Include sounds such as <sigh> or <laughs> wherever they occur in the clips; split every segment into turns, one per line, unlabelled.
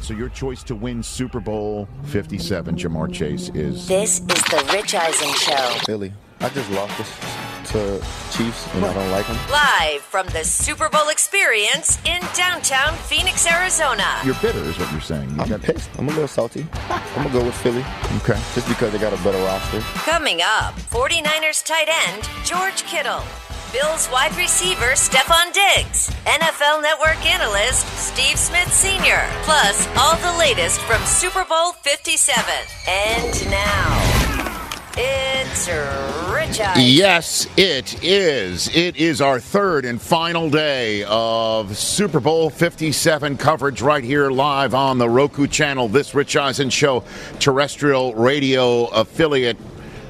So your choice to win Super Bowl 57, Jamar Chase, is
This is the Rich Eisen Show.
Philly. I just lost this to Chiefs, and I don't like them.
Live from the Super Bowl experience in downtown Phoenix, Arizona.
you're bitter, is what you're saying. You
I'm
got-
pissed. I'm a little salty. I'm gonna go with Philly
okay.
just because they got a better roster.
Coming up, 49ers tight end George Kittle, Bills wide receiver Stephon Diggs, NFL network analyst Steve Smith Sr., plus all the latest from Super Bowl 57. And now, it's Rich Eisen.
Yes, it is. It is our third and final day of Super Bowl 57 coverage right here live on the Roku channel, this Rich Eisen Show terrestrial radio affiliate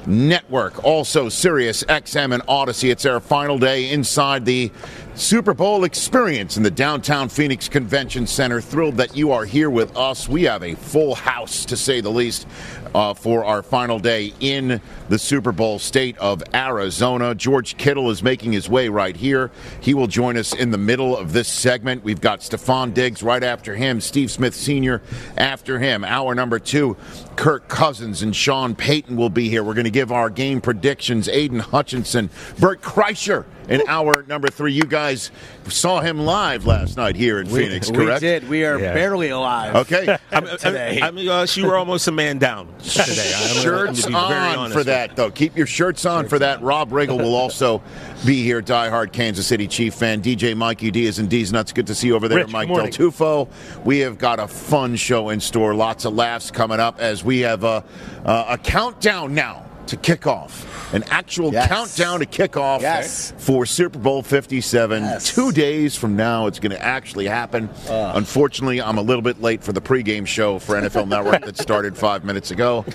network, also Sirius XM and Odyssey. It's our final day inside the Super Bowl experience in the downtown Phoenix Convention Center. Thrilled that you are here with us. We have a full house, to say the least, uh, for our final day in the Super Bowl state of Arizona. George Kittle is making his way right here. He will join us in the middle of this segment. We've got Stephon Diggs right after him, Steve Smith Sr. after him. Hour number two, Kirk Cousins and Sean Payton will be here. We're going to give our game predictions. Aiden Hutchinson, Bert Kreischer in hour number three. You guys saw him live last night here in Phoenix, correct?
We did. We are barely alive. <laughs>
Okay.
I'm, I'm- I'm, uh, she were almost a man down
<laughs>
today. I'm gonna-
shirts
to be very
on
honest
for
with
that, though. Keep your shirts on for that. Rob Riggle will also be here, diehard Kansas City Chief fan. DJ Mike UD is in D's Nuts. Good to see you over there,
Rich,
Mike
good
Del
morning.
Tufo. We have got a fun show in store. Lots of laughs coming up as we have a, uh, a countdown now to kickoff. An actual
Yes.
countdown to kickoff
Yes.
for Super Bowl 57.
Yes.
Two days from now, it's going to actually happen. Unfortunately, I'm a little bit late for the pregame show for NFL Network that started five minutes ago.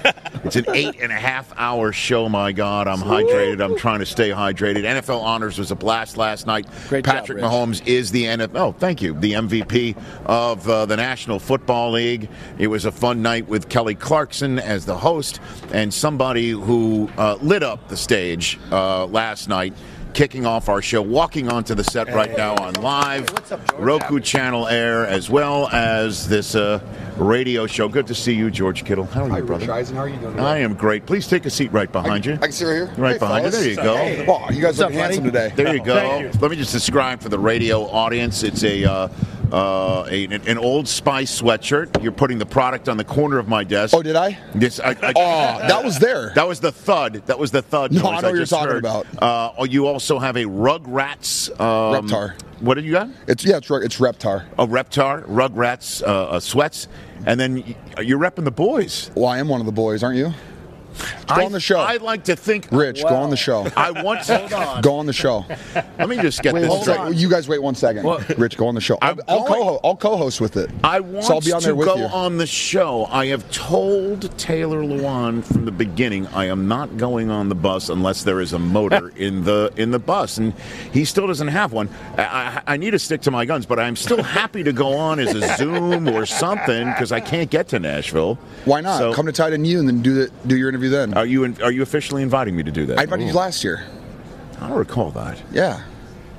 It's an eight and a half hour show. My God, I'm hydrated. I'm trying to stay hydrated. NFL Honors was a blast last night.
Great job,
Patrick
Rich.
Mahomes. Mahomes is the NFL. Oh, thank you. The MVP of uh, the National Football League. It was a fun night with Kelly Clarkson as the host and somebody who uh, lit up the stage uh, last night. Kicking off our show, walking onto the set right now on live Roku channel air, as well as this uh, radio show. Good to see you, George Kittle. How are you, brother?
how are you doing?
I am great. Please take a seat right behind you.
I can see right here.
Right behind you.
fellas.
There you go. Hey.
Wow, you guys look handsome today.
There you go. Let me just describe for the radio audience. It's a, uh, uh, a an, an old Spice sweatshirt. You're putting the product on the corner of my desk.
Oh, did I?
Yes, I, I-
Oh, that was there.
<laughs> That was the thud. That was the thud.
No, I
noise
know what you're
just
talking
heard.
about.
Uh, oh, you also have a Rugrats. Um,
Reptar.
What did you got?
It's yeah, it's, Re- it's Reptar.
A Reptar, Rugrats, uh, uh, sweats, and then y- uh, you're repping the boys.
Well, I am one of the boys, aren't you? Go
I,
on the show,
I like to think,
Rich. Go on the show.
I want to.
<laughs> Go on the show.
Let me just get
Wait,
this
hold
straight.
on. You guys wait one second. Rich, go on the show. I'll,
I'm
I'll
going-
co-host. I'll co-host with it.
I want
so I'll be on there
to
with
go
you.
on the show. I have told Taylor Lewan from the beginning I am not going on the bus unless there is a
<laughs>
motor in the in the bus, and he still doesn't have one. I, I, I need to stick to my guns, but I'm still happy to go on as
<laughs>
a Zoom or something because I can't get to Nashville.
Why not?
So,
Come to Titan U and then do the do your interview then.
Are you in, are you officially inviting me to do that?
I invited you last year.
I don't recall that.
Yeah.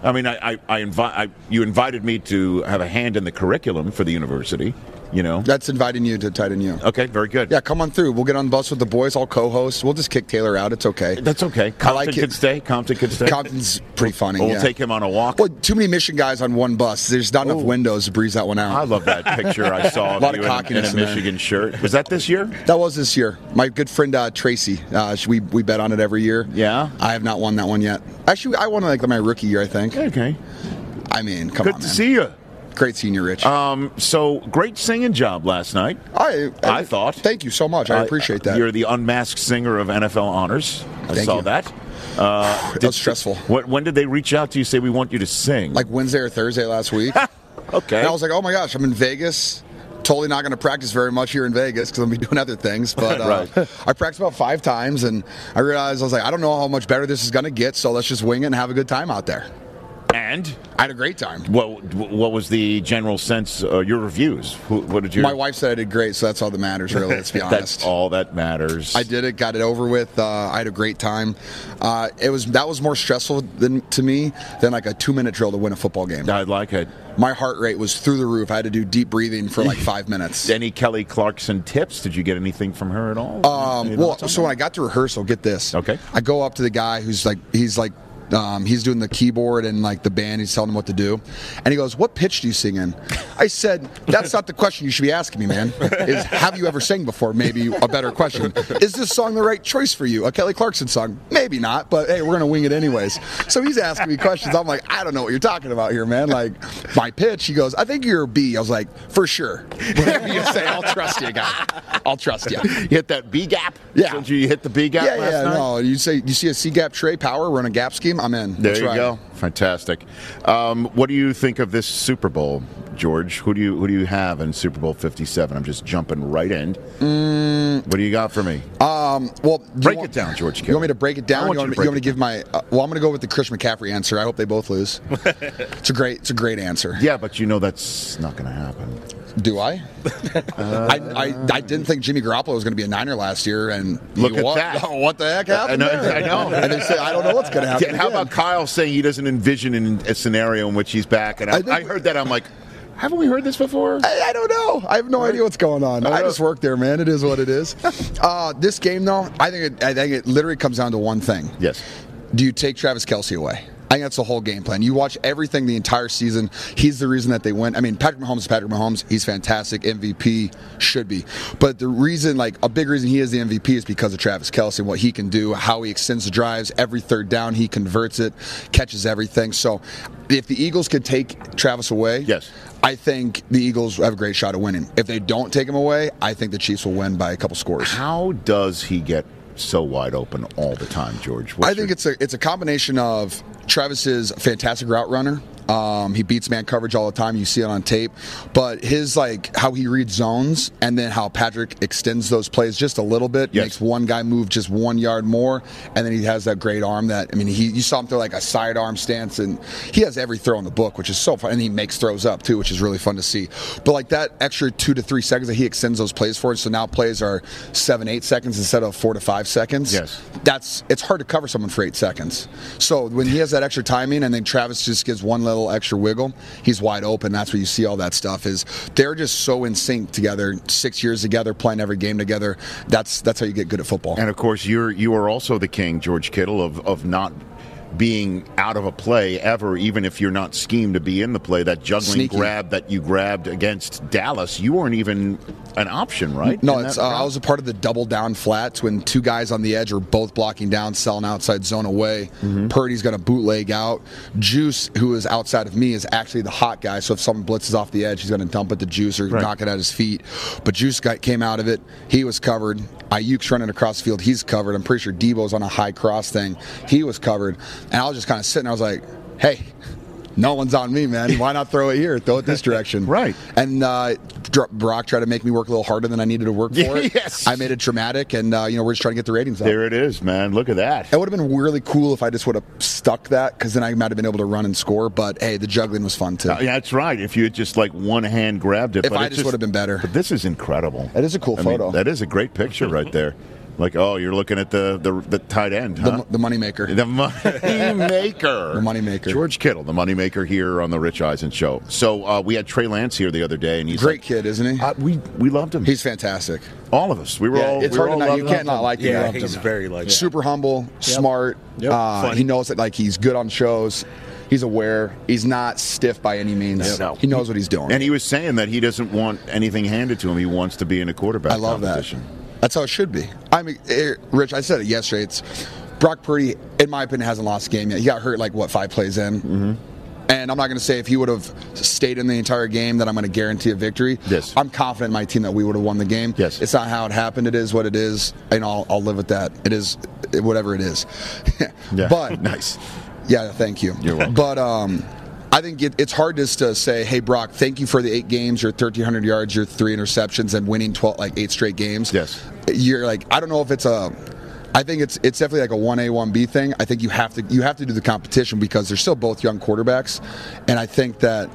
I mean, I I, I invite you invited me to have a hand in the curriculum for the university. You know.
That's inviting you to Titan U.
Okay, very good.
Yeah, come on through. We'll get on the bus with the boys. I'll co-host. We'll just kick Taylor out. It's okay.
That's okay.
I
Compton
like
could
it.
stay. Compton could stay.
Compton's pretty funny.
We'll
yeah.
take him on a walk.
Well, too many mission guys on one bus. There's not enough windows to breeze that one out.
I love that picture I saw of
Lot of
you in a- in,
cockiness
a
in there.
Michigan shirt. Was that this year?
That was this year. My good friend uh, Tracy, uh, she- we we bet on it every year.
Yeah.
I have not won that one yet. Actually, I won like my rookie year, I think.
Okay.
I mean, come
Good
on,
to
man.
see you.
Great senior, Rich.
Um, so great singing job last night.
I,
I thought. Uh,
Thank you so much. I appreciate that.
You're the unmasked singer of NFL honors. I
Thank
saw
you.
that. Uh,
that was stressful.
What, when did they reach out to you? Say we want you to sing.
Like Wednesday or Thursday
<laughs>
last week.
okay.
And I was like, oh my gosh, I'm in Vegas. Totally not going to practice very much here in Vegas because I'm going to be <laughs> doing
<laughs>
other things. But uh,
Right.
I practiced about five times and I realized I was like, I don't know how much better this is going to get. So let's just wing it and have a good time out there.
and
I had a great time.
what? What was the general sense? Uh, your reviews? Who, what did you?
My wife said I did great, so that's all that matters, really, let's be honest.
<laughs> That's all that matters.
I did it, got it over with. Uh, I had a great time. Uh, it was that was more stressful than to me than like a two minute drill to win a football game.
I like it.
My heart rate was through the roof. I had to do deep breathing for like five minutes.
Any Kelly Clarkson tips? Did you get anything from her at Oh. all?
Um, well, so when I got to rehearsal, get this.
Okay.
I go up to the guy who's like, he's like, um, he's doing the keyboard and like the band. He's telling him what to do, and he goes, "What pitch do you sing in?" I said, "That's not the question you should be asking me, man. Is have you ever sang before? Maybe a better question. Is this song the right choice for you? A Kelly Clarkson song? Maybe not, but hey, we're gonna wing it anyways." So he's asking me questions. I'm like, "I don't know what you're talking about here, man." Like my pitch. He goes, "I think you're a B." I was like, "For sure. Whatever you say, I'll trust you, guy. I'll trust you."
<laughs> you hit that B gap.
Yeah.
Did you hit the B gap
Yeah,
last
yeah,
night?
no. You say you see a C gap tray power run a gap scheme. I'm in.
There
Let's
you
ride.
go. Fantastic. Um, what do you think of this Super Bowl, George? Who do you who do you have in Super Bowl Fifty Seven? I'm just jumping right in.
Mm.
what do you got for me?
Um, well, do you
Break
want-
it down, George
You want
Kittle.
me to break it
I
down?
want
You want
you
me
to
you want me
break
to give my? Uh, well, I'm going to go with the Chris McCaffrey answer. I hope they both
<laughs>
lose. it's a great. It's a great answer.
yeah, but you know that's not going to happen. <laughs>
Do I? I, I? I didn't think Jimmy Garoppolo was going to be a Niner last year, and
Look
you
at
what?
that.
<laughs> what the heck happened?
I know-
there?
I know.
<laughs> And they say I don't know what's going to happen.
<laughs> Yeah, how
again.
about Kyle saying he doesn't envision an, a scenario in which he's back? And I,
I
I,
think-
heard that I'm like, haven't we heard this before?
I, I don't know. I have no idea what's going on.
I
I,
know.
just work there, man. It is what it
<laughs>
is. uh, this game, though, I think it, I think it literally comes down to one thing.
Yes.
Do you take Travis Kelsey away? I think that's the whole game plan. You watch everything the entire season. He's the reason that they win. I mean, Patrick Mahomes is Patrick Mahomes. He's fantastic. MVP should be. But the reason, like, a big reason he is the MVP is because of Travis Kelsey and what he can do, how he extends the drives. Every third down, he converts it, catches everything. So if the Eagles could take Travis away,
Yes.
I think the Eagles have a great shot of winning. If they don't take him away, I think the Chiefs will win by a couple scores.
How does he get so wide open all the time, George? What's
I think
your-
it's a it's a combination of Travis's fantastic route runner. Um, he beats man coverage all the time. You see it on tape, but his like how he reads zones and then how Patrick extends those plays just a little bit
Yes.
makes one guy move just one yard more, and then he has that great arm. That I mean, he you saw him throw like a sidearm stance, and he has every throw in the book, which is so fun. And he makes throws up too, which is really fun to see. But like that extra two to three seconds that he extends those plays for, so now plays are seven, eight seconds instead of four to five seconds
Yes.
that's it's hard to cover someone for eight seconds. So when he has that extra timing, and then Travis just gives one little extra wiggle, he's wide open. That's where you see all that stuff. Is they're just so in sync together, six years together, playing every game together. That's that's how you get good at football.
And of course, you're you are also the king, George Kittle, of of not being out of a play ever, even if you're not schemed to be in the play. That juggling
Sneaky.
grab that you grabbed against Dallas, you weren't even an option, right?
No,
In
it's,
that
uh,
route?
I was a part of the double down flats when two guys on the edge are both blocking down, selling outside zone away. Purdy's going to bootleg out. Juice, who is outside of me, is actually the hot guy. So if someone blitzes off the edge, he's going to dump it to Juice or knock it at his feet. But Juice got, came out of it. He was covered. Ayuk's running across the field. He's covered. I'm pretty sure Debo's on a high cross thing. He was covered. And I was just kind of sitting. I was like, hey. No one's on me, man. Why not throw it here? Throw it this direction.
Right.
And uh, Dr- Brock tried to make me work a little harder than I needed
<laughs>
to work for it.
Yes.
I made it dramatic, and uh, you know we're just trying to get the ratings up.
there. It is, man. Look at that.
It would have been really cool if I just would have stuck that, because then I might have been able to run and score. But hey, the juggling was fun too.
Uh, yeah, that's right. If you had just like one hand grabbed it,
If
but
I
it's
just would've been better.
But this is incredible.
That is a cool
I mean,
photo.
that is a great picture right there. Like, oh, you're looking at the the, the tight end,
The,
huh?
mo- the moneymaker.
The money maker.
The moneymaker.
George Kittle, the money maker here on the Rich Eisen show. So uh, we had Trey Lance here the other day, and he's
Great
like-
kid, isn't he?
Uh, we we loved him.
He's fantastic.
all of us. We were
Yeah,
all.
it's
we were
hard to
all
not-
loving
you can't
him.
not like him.
Yeah,
You loved
he's
him.
very like
Super humble, smart. Uh,
Funny.
he knows that like he's good on shows. He's aware. He's not stiff by any means.
No.
He knows what he's doing.
And he was saying that he doesn't want anything handed to him. He wants to be in a quarterback.
I love that.
competition.
That's how it should be. I mean, eh, Rich, I said it yesterday. It's Brock Purdy, in my opinion, hasn't lost a game yet. He got hurt like what five plays in. Mm-hmm. And I'm not going to say if he would have stayed in the entire game that I'm going to guarantee a victory.
Yes.
I'm confident in my team that we would have won the game.
Yes.
It's not how it happened. It is what it is, and I'll, I'll live with that. It is eh, whatever it is. <laughs>
Yeah. <laughs>
But
nice.
yeah, thank you.
You're welcome.
But um, I think it, it's hard just to say, "Hey, Brock, thank you for the eight games, your 1,300 yards, your three interceptions, and winning 12 like eight straight games."
Yes.
you're like I don't know if it's a. I think it's it's definitely like a one A one B thing. I think you have to you have to do the competition because they're still both young quarterbacks, and I think that.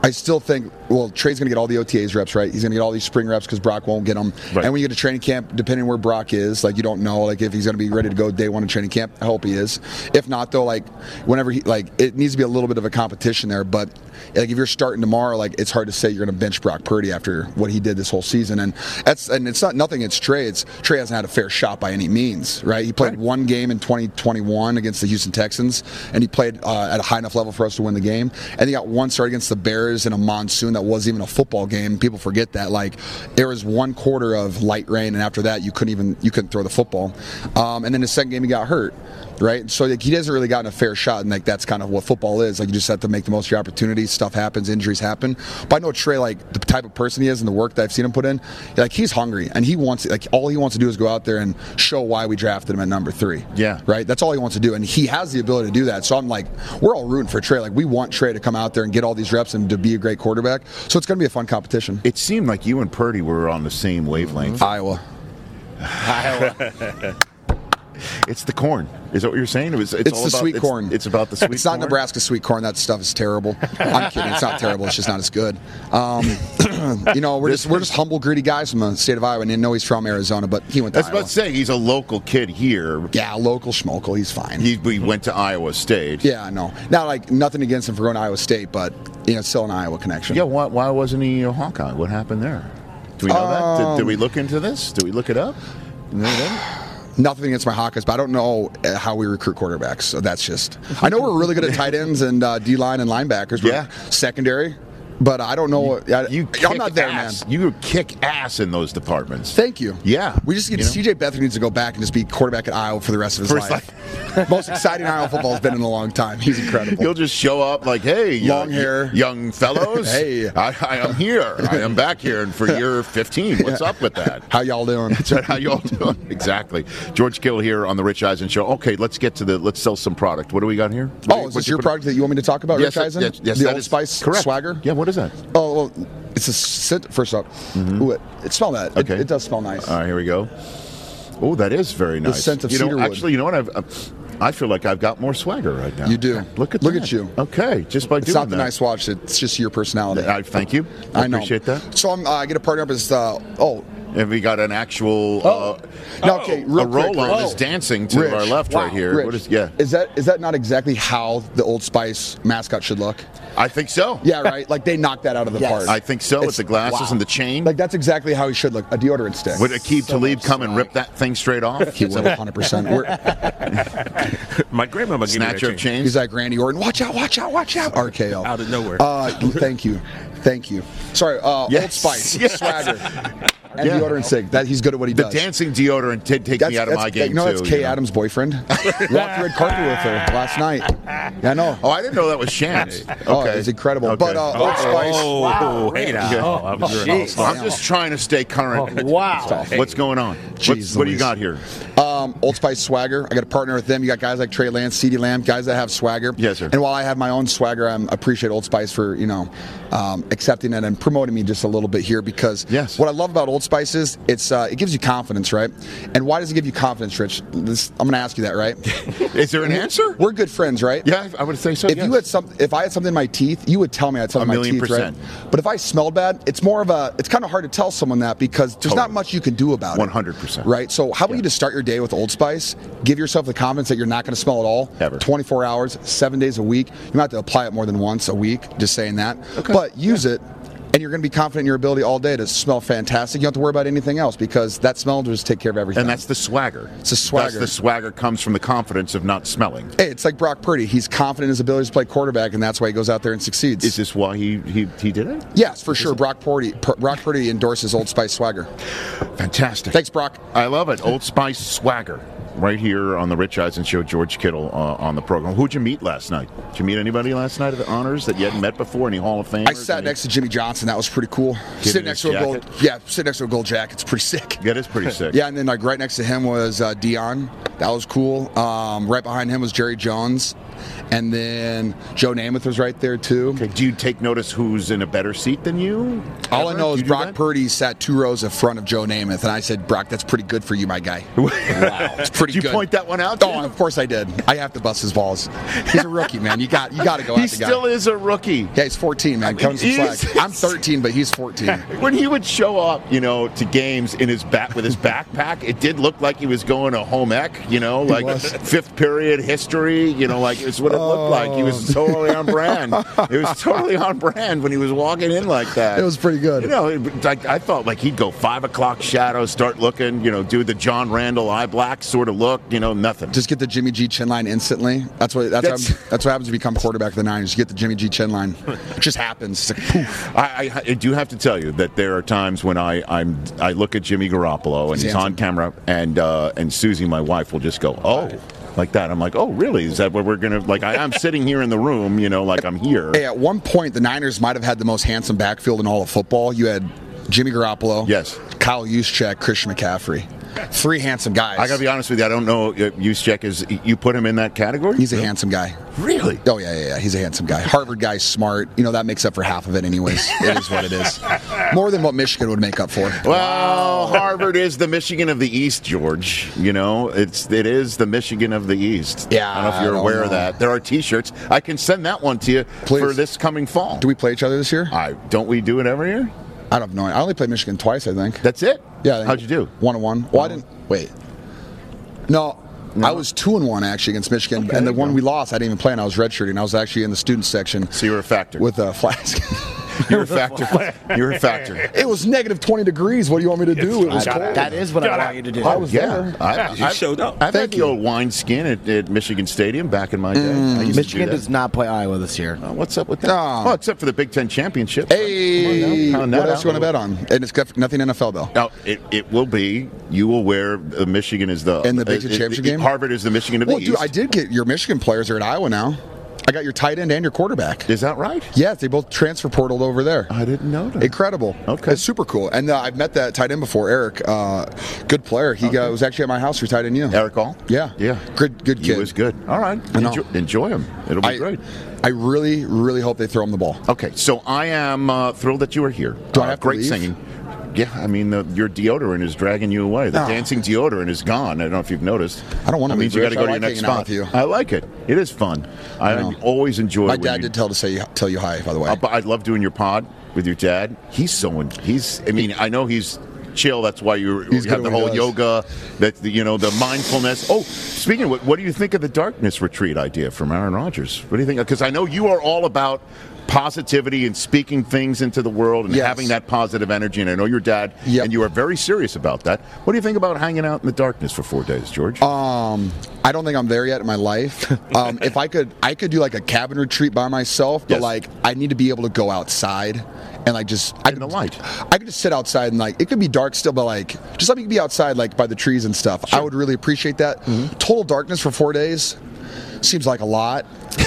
I still think well Trey's going to get all the OTAs reps right. He's going to get all these spring reps because Brock won't get them.
Right.
And when you get to training camp, depending where Brock is, like you don't know like if he's going to be ready to go day one in training camp. I hope he is. If not though, like whenever he like it needs to be a little bit of a competition there. But like if you're starting tomorrow, like it's hard to say you're going to bench Brock Purdy after what he did this whole season. And that's and it's not nothing. It's Trey. It's Trey hasn't had a fair shot by any means, right? He played one game in 2021 against the Houston Texans, and he played uh, at a high enough level for us to win the game. And he got one start against the Bears in a monsoon that wasn't even a football game. People forget that. Like there was one quarter of light rain, and after that, you couldn't even you couldn't throw the football. Um, and then his second game, he got hurt. Right, so like he hasn't really gotten a fair shot, and like that's kind of what football is. Like you just have to make the most of your opportunities. Stuff happens, injuries happen. But I know Trey, like the type of person he is, and the work that I've seen him put in, like he's hungry, and he wants like all he wants to do is go out there and show why we drafted him at number three.
Yeah.
right. That's all he wants to do, and he has the ability to do that. So I'm like, we're all rooting for Trey. Like we want Trey to come out there and get all these reps and to be a great quarterback. So it's going to be a fun competition.
It seemed like you and Purdy were on the same wavelength.
Iowa.
It's the corn. Is that what you're saying? It was. It's,
Mm-hmm. It's,
all
the
about-
sweet
it's-
corn.
It's, about the sweet.
<laughs> It's not
corn?
Nebraska sweet corn. That stuff is terrible. I'm kidding. It's not terrible. It's just not as good. Um, <clears throat> you know, we're
This
just we're
is-
just humble, greedy guys from the state of Iowa. And didn't know he's from Arizona, but he went
I
to
was about
Iowa.
to say he's a local kid here.
Yeah, local schmokel. He's fine.
He, we went to Iowa State.
yeah, I know. Not like nothing against him for going to Iowa State, but you know, it's still an Iowa connection.
Yeah. Why, why wasn't he a Hawkeye? What happened there? Do we know that? Did, did
Um,
we look into this? Did we look it
<sighs>
up? No, we didn't.
Nothing against my Hawkeyes, but I don't know uh, how we recruit quarterbacks. So that's just. I know we're really good
<laughs>
at tight ends and uh, D line and linebackers. We're
Yeah.
Secondary, but I don't know. I,
You
I'm
kick
not there,
ass.
man.
You kick ass in those departments.
Thank you.
Yeah.
We just need
You know?
CJ Beathard needs to go back and just be quarterback at Iowa for the rest of his
First
life. <laughs> Most exciting Iowa football has been in a long time. He's incredible.
You'll just show up like, hey, young,
Long hair.
young fellows.
<laughs> Hey.
I, I am here. I am back here,
<laughs>
and for year 15, what's up with that? <laughs>
How y'all doing?
Is that how y'all doing? <laughs> exactly. George Kittle here on the Rich Eisen show. Okay, let's get to the let's sell some product. What do we got here? What do
<laughs> Oh,
you-
is
what's
this your
put-
product that you want me to talk about,
Yes,
Rich
that-
Eisen?
yes, yes,
the
that
Old
is
Spice
correct.
Swagger?
Yeah, what is that?
Oh, well, it's a scent. First up, Ooh, it, it smell that. It-
Mm-hmm. Okay.
It, does smell nice.
All right, here we go. Oh, that is very nice.
scent of
you know,
cedarwood.
Actually, you know what? I've, uh, I feel like I've got more swagger right now.
You do.
Look at
Look
that.
at you.
Okay, just by
It's
doing
not
that.
the nice watch. It's just your personality.
I thank you. I,
I know.
appreciate that.
So I'm, uh, I get a partner up as uh, oh
And we got an actual uh,
no Oh. okay real
a
quick,
roll on
Rich.
is dancing to
Rich.
our left right here.
Rich,
What is yeah?
Is that is that not exactly how the Old Spice mascot should look?
I think so.
Yeah, right. like they knocked that out
<laughs>
of the
Yes.
park.
I think so. With
It's-
the glasses and the chain.
Like that's exactly how he should look. A deodorant stick.
Would Akib Talib come and rip that thing straight off?
<laughs> he would 100. percent
my grandmama gave me that
Snatcher of
chain.
chains.
He's like Randy Orton. Watch out! Watch out! Watch out! RKO.
Out of nowhere.
Uh, thank you, thank you. Sorry. Uh, Old
Yes. <laughs>
Spice
Yes.
swagger and
Yeah.
deodorant stick. That he's good at what he
The
does.
dancing deodorant did take me out of my game
No,
too.
that's Kay
you know. <laughs>
Adams' boyfriend. Walked the red carpet with her last night. Yeah, I know.
Oh, I didn't know that was Shams. Okay,
Oh, it's incredible. But, uh, Old Spice-
Oh, hey now.
Oh,
I'm
I'm just trying to stay current.
Wow.
What's going on? What's,
Oh, Jeez
what do you
Louise.
got here?
Um, Old Spice swagger. I got to partner with them. You got guys like Trey Lance, CeeDee Lamb, guys that have swagger.
Yes, sir.
And while I have my own swagger, I am appreciate Old Spice for you know um, accepting it and promoting me just a little bit here because
Yes.
what I love about Old Old Spice is? It's uh, it gives you confidence, right? And why does it give you confidence, Rich? This, I'm going to ask you
<laughs>
that, right?
Is there an answer?
We're good friends, right?
Yeah, I would say so.
If
yes.
you had some, if I had something in my teeth, you would tell me I had something
A
in my
million
teeth,
percent.
right? But if I smelled bad, it's more of a. It's kind of hard to tell someone that because there's not
Totally.
much you can do about it.
100%.
Right. So how about you just start your day with Old Spice? Give yourself the confidence that you're not going to smell at all.
Ever.
24 hours, seven days a week. You might have to apply it more than once a week. Just saying that. But use it. And you're going to be confident in your ability all day to smell fantastic. You don't have to worry about anything else because that smell will just take care of everything.
and that's the swagger.
It's the
That's
swagger.
the swagger comes from the confidence of not smelling.
hey, it's like Brock Purdy. He's confident in his ability to play quarterback, and that's why he goes out there and succeeds.
Is this why he he, he did it?
Yes, for sure. Brock Purdy, Pur- Brock Purdy endorses Old Spice swagger.
Fantastic.
Thanks, Brock.
I love it. Old Spice swagger. Right here on the Rich Eisen Show, George Kittle uh, on the program. Who'd you meet last night? Did you meet anybody last night at the honors that you hadn't met before? Any Hall of Famers?
I sat
Any-
next to Jimmy Johnson. That was pretty cool. sitting next
his
to a gold,
jacket?
yeah, sitting next to a gold jacket. It's pretty sick.
That is
<laughs>
pretty sick.
Yeah, and then like right next to him was uh, Dion. That was cool. Um, right behind him was Jerry Jones, and then Joe Namath was right there too.
Okay, do you take notice who's in a better seat than you?
All I
Ever?
know
Do
is
you do
Brock
that?
Purdy sat two rows in front of Joe Namath, and I said, "Brock, that's pretty good for you,
<laughs>
my guy." It's pretty.
Did you
good.
point that one out to
Oh,
him?
of course I did. I have to bust his balls. He's a rookie, man. You got you got to go.
He
at the guy.
still is a rookie.
Yeah, he's 14, man. Comes
mean,
slack.
Jesus.
I'm 13, but
<laughs>
he's 14.
When he would show up, you know, to games in his back with his backpack, it did look like he was going to home ec, you know, like
was.
fifth period history, you know, like it's what it looked like. He
Oh.
was totally on
<laughs>
brand. it was totally on brand when he was walking in like that.
It was pretty good.
You know, it- like I thought like he'd go five o'clock shadow, start looking, you know, do the John Randall eye black sort of look, you know, nothing.
Just get the Jimmy G chin line instantly. That's what that's
That's-
what, that's what happens if you become quarterback of the Niners. You get the Jimmy G chin line. It just happens. It's like poof.
I, I, I do have to tell you that there are times when I I'm, I look at Jimmy Garoppolo and
He's
he's on camera, and uh, and Susie, my wife, will just go, oh. Like that, I'm like, oh, really? Is that what we're gonna like? I, I'm sitting here in the room, you know, like I'm
<laughs>
here.
Hey, at one point the Niners might have had the most handsome backfield in all of football. You had Jimmy Garoppolo,
Yes.
Kyle Juszczyk, Christian McCaffrey, three handsome guys.
I gotta be honest with you. I don't know. uh, Juszczyk is you put him in that category?
He's a handsome guy.
really?
Oh yeah, yeah, yeah. He's a handsome guy. Harvard guy, smart. You know that makes up for half of it, anyways. it is what
<laughs>
it is. More than what Michigan would make up for.
Well,
<laughs>
Harvard is the Michigan of the East, George. You know, it's it is the Michigan of the East.
Yeah,
I don't know if
I
you're
don't
aware of
know.
that. There are T-shirts. I can send that one to you
Please.
for this coming fall.
Do we play each other this year?
I don't we do it every year?
I don't know. I only played Michigan twice, I think.
That's it.
yeah. I think
How'd you
<laughs>
do?
One and one. Well, I didn't. Wait. No, I was two and one actually against Michigan, and the one we lost, I didn't even play, and I was redshirting. I was actually in the student section.
So you were a factor.
with a flask. <laughs>
you're a factor. you're a factor.
it was negative twenty degrees. What do you want me to do? It was
That-
cold.
that is what I want you to do.
I was
Yeah,
there.
I,
you showed up.
I've had
Thank
the
you. Mm.
old wine skin at, at Michigan Stadium back in my day. I used to do
Michigan
that.
does not play Iowa this year.
Uh, What's up with that?
Oh.
Oh, except for the Big Ten championship.
Hey,
Come on
what
now. Found that
else
out.
you want to bet on? And it's got nothing NFL though.
Now, it, it will be. You will wear uh, Michigan is the
In the Big
uh,
Ten
is-
championship
the-
game?
Harvard is the Michigan of
Well,
the
dude,
East.
I did get your Michigan players are at Iowa now. I got your tight end and your quarterback.
Is that right?
Yes, they both transfer portaled over there.
I didn't know that.
Incredible.
Okay.
It's super cool. And uh, I've met that tight end before, Eric. Uh, good player. He uh, was actually at my house for tight end you.
Eric All.
Yeah.
yeah,
Good- good
He
kid.
was good. All right,
know.
enjoy, enjoy him. It'll be
I,
great.
I really, really hope they throw him the ball.
Okay, so I am uh, thrilled that you are here.
Do I
Uh,
have to
great
leave?
singing? Yeah, I mean the, your deodorant is dragging you away. The
Ah.
dancing deodorant is gone. I don't know if you've noticed.
I don't wanna
That means
leave,
you got to
Rich.
go to your
I like
next
hanging out
spot.
with you.
I like it. It is fun. I,
know.
always enjoy.
My
when
dad
you-
did tell to say tell you hi, by the way.
I, Uh, but I love doing your pod with your dad. He's so in, he's. I mean, I know he's chill. That's why you
He's
have
good
the
at what he
whole
does.
yoga. That the- you know the mindfulness. Oh, speaking of what, what do you think of the darkness retreat idea from Aaron Rodgers? What do you think? Because I know you are all about positivity and speaking things into the world and
Yes.
having that positive energy. And I know your dad,
Yep.
and you are very serious about that. What do you think about hanging out in the darkness for four days, George?
Um, I don't think I'm there yet in
<laughs>
my life. Um, if I could, I could do like a cabin retreat by myself, but
Yes.
like I need to be able to go outside and like just I
In the
could-
light.
I could just sit outside and like it could be dark still, but like just let me be outside like by the trees
Mm-hmm.
and stuff. I would really appreciate that. Total darkness for four days seems like a lot.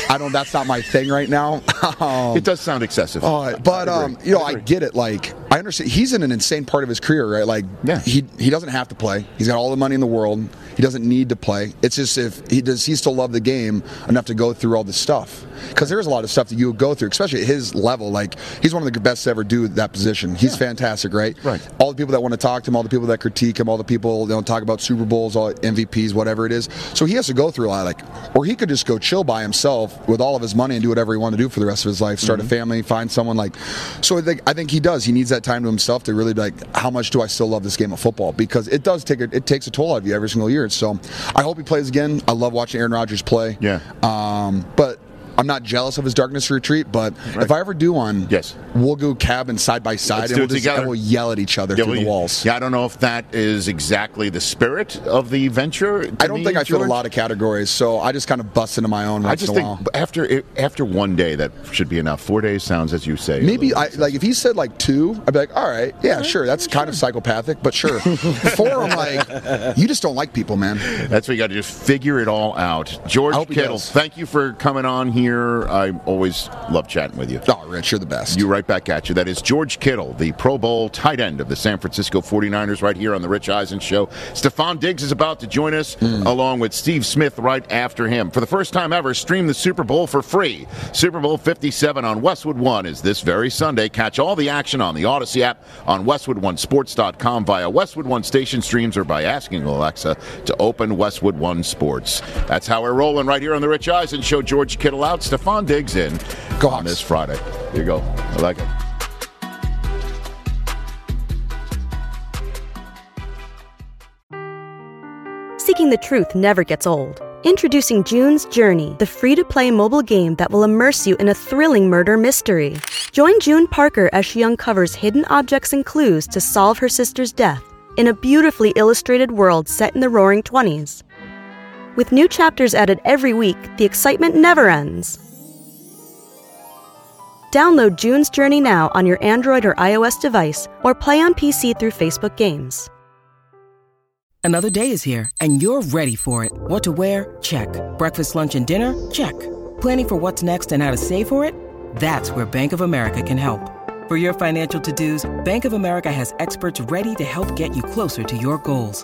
I don't. That's not my thing right now. <laughs> Um,
It does sound excessive.
uh, but um, you know, I get it. Like, I understand. He's in an insane part of his career, right? Like,
Yeah.
he he doesn't have to play. He's got all the money in the world. He doesn't need to play. It's just if he does, he still love the game enough to go through all this stuff. Because there is a lot of stuff that you would go through, especially at his level. Like, he's one of the best to ever do that position. He's fantastic, right?
Right.
All the people that want to talk to him, all the people that critique him, all the people that don't talk about Super Bowls, all MVPs, whatever it is. So he has to go through a lot, like, or he could just go chill by himself with all of his money and do whatever he wanted to do for the rest of his life, start
Mm-hmm.
a family, find someone like. So I think, I think he does. He needs that time to himself to really be like, how much do I still love this game of football? Because it does take a, it takes a toll out of you every single year. So I hope he plays again. I love watching Aaron Rodgers play.
Yeah.
Um, but. I'm not jealous of his darkness retreat, but if I ever do one,
Yes.
we'll go cabin side by side
Let's
and
do
we'll,
it
just-
together.
and we'll yell at each other
Yeah,
through
well,
the walls.
Yeah, I don't know if that is exactly the spirit of the venture. to
I don't
me,
think I fit a
George.
lot of categories, so I just kind of bust into my own once
I just
in a
think
while.
after after one day that should be enough. Four days sounds, as you say, a
Maybe
little
I like if he said like two, I'd be like, all right, yeah, sure, that's kind of psychopathic, but <laughs> sure. Four, I'm like, you just don't like people, man.
That's what you got to just figure it all out. George
I hope he
Kittle,
does.
thank you for coming on here. I always love chatting with you.
Oh, Rich, you're the best.
You right back at you. That is George Kittle, the Pro Bowl tight end of the San Francisco 49ers, right here on the Rich Eisen Show. Stephon Diggs is about to join us, along with Steve Smith right after him. For the first time ever, stream the Super Bowl for free. Super Bowl 57 on Westwood One is this very Sunday. Catch all the action on the Odyssey app, on WestwoodOneSports.com via Westwood One station streams, or by asking Alexa to open Westwood One Sports. That's how we're rolling right here on the Rich Eisen Show. George Kittle out, Stephon Diggs in
Go
on
Hawks.
this Friday. Here you go. I like it.
Seeking the truth never gets old. Introducing June's Journey, the free to play mobile game that will immerse you in a thrilling murder mystery. Join June Parker as she uncovers hidden objects and clues to solve her sister's death in a beautifully illustrated world set in the roaring 20s. With new chapters added every week, the excitement never ends. Download June's Journey now on your Android or iOS device or play on PC through Facebook Games.
Another day is here, and you're ready for it. What to wear? Check. Breakfast, lunch, and dinner? Check. Planning for what's next and how to save for it? That's where Bank of America can help. For your financial to dos, Bank of America has experts ready to help get you closer to your goals.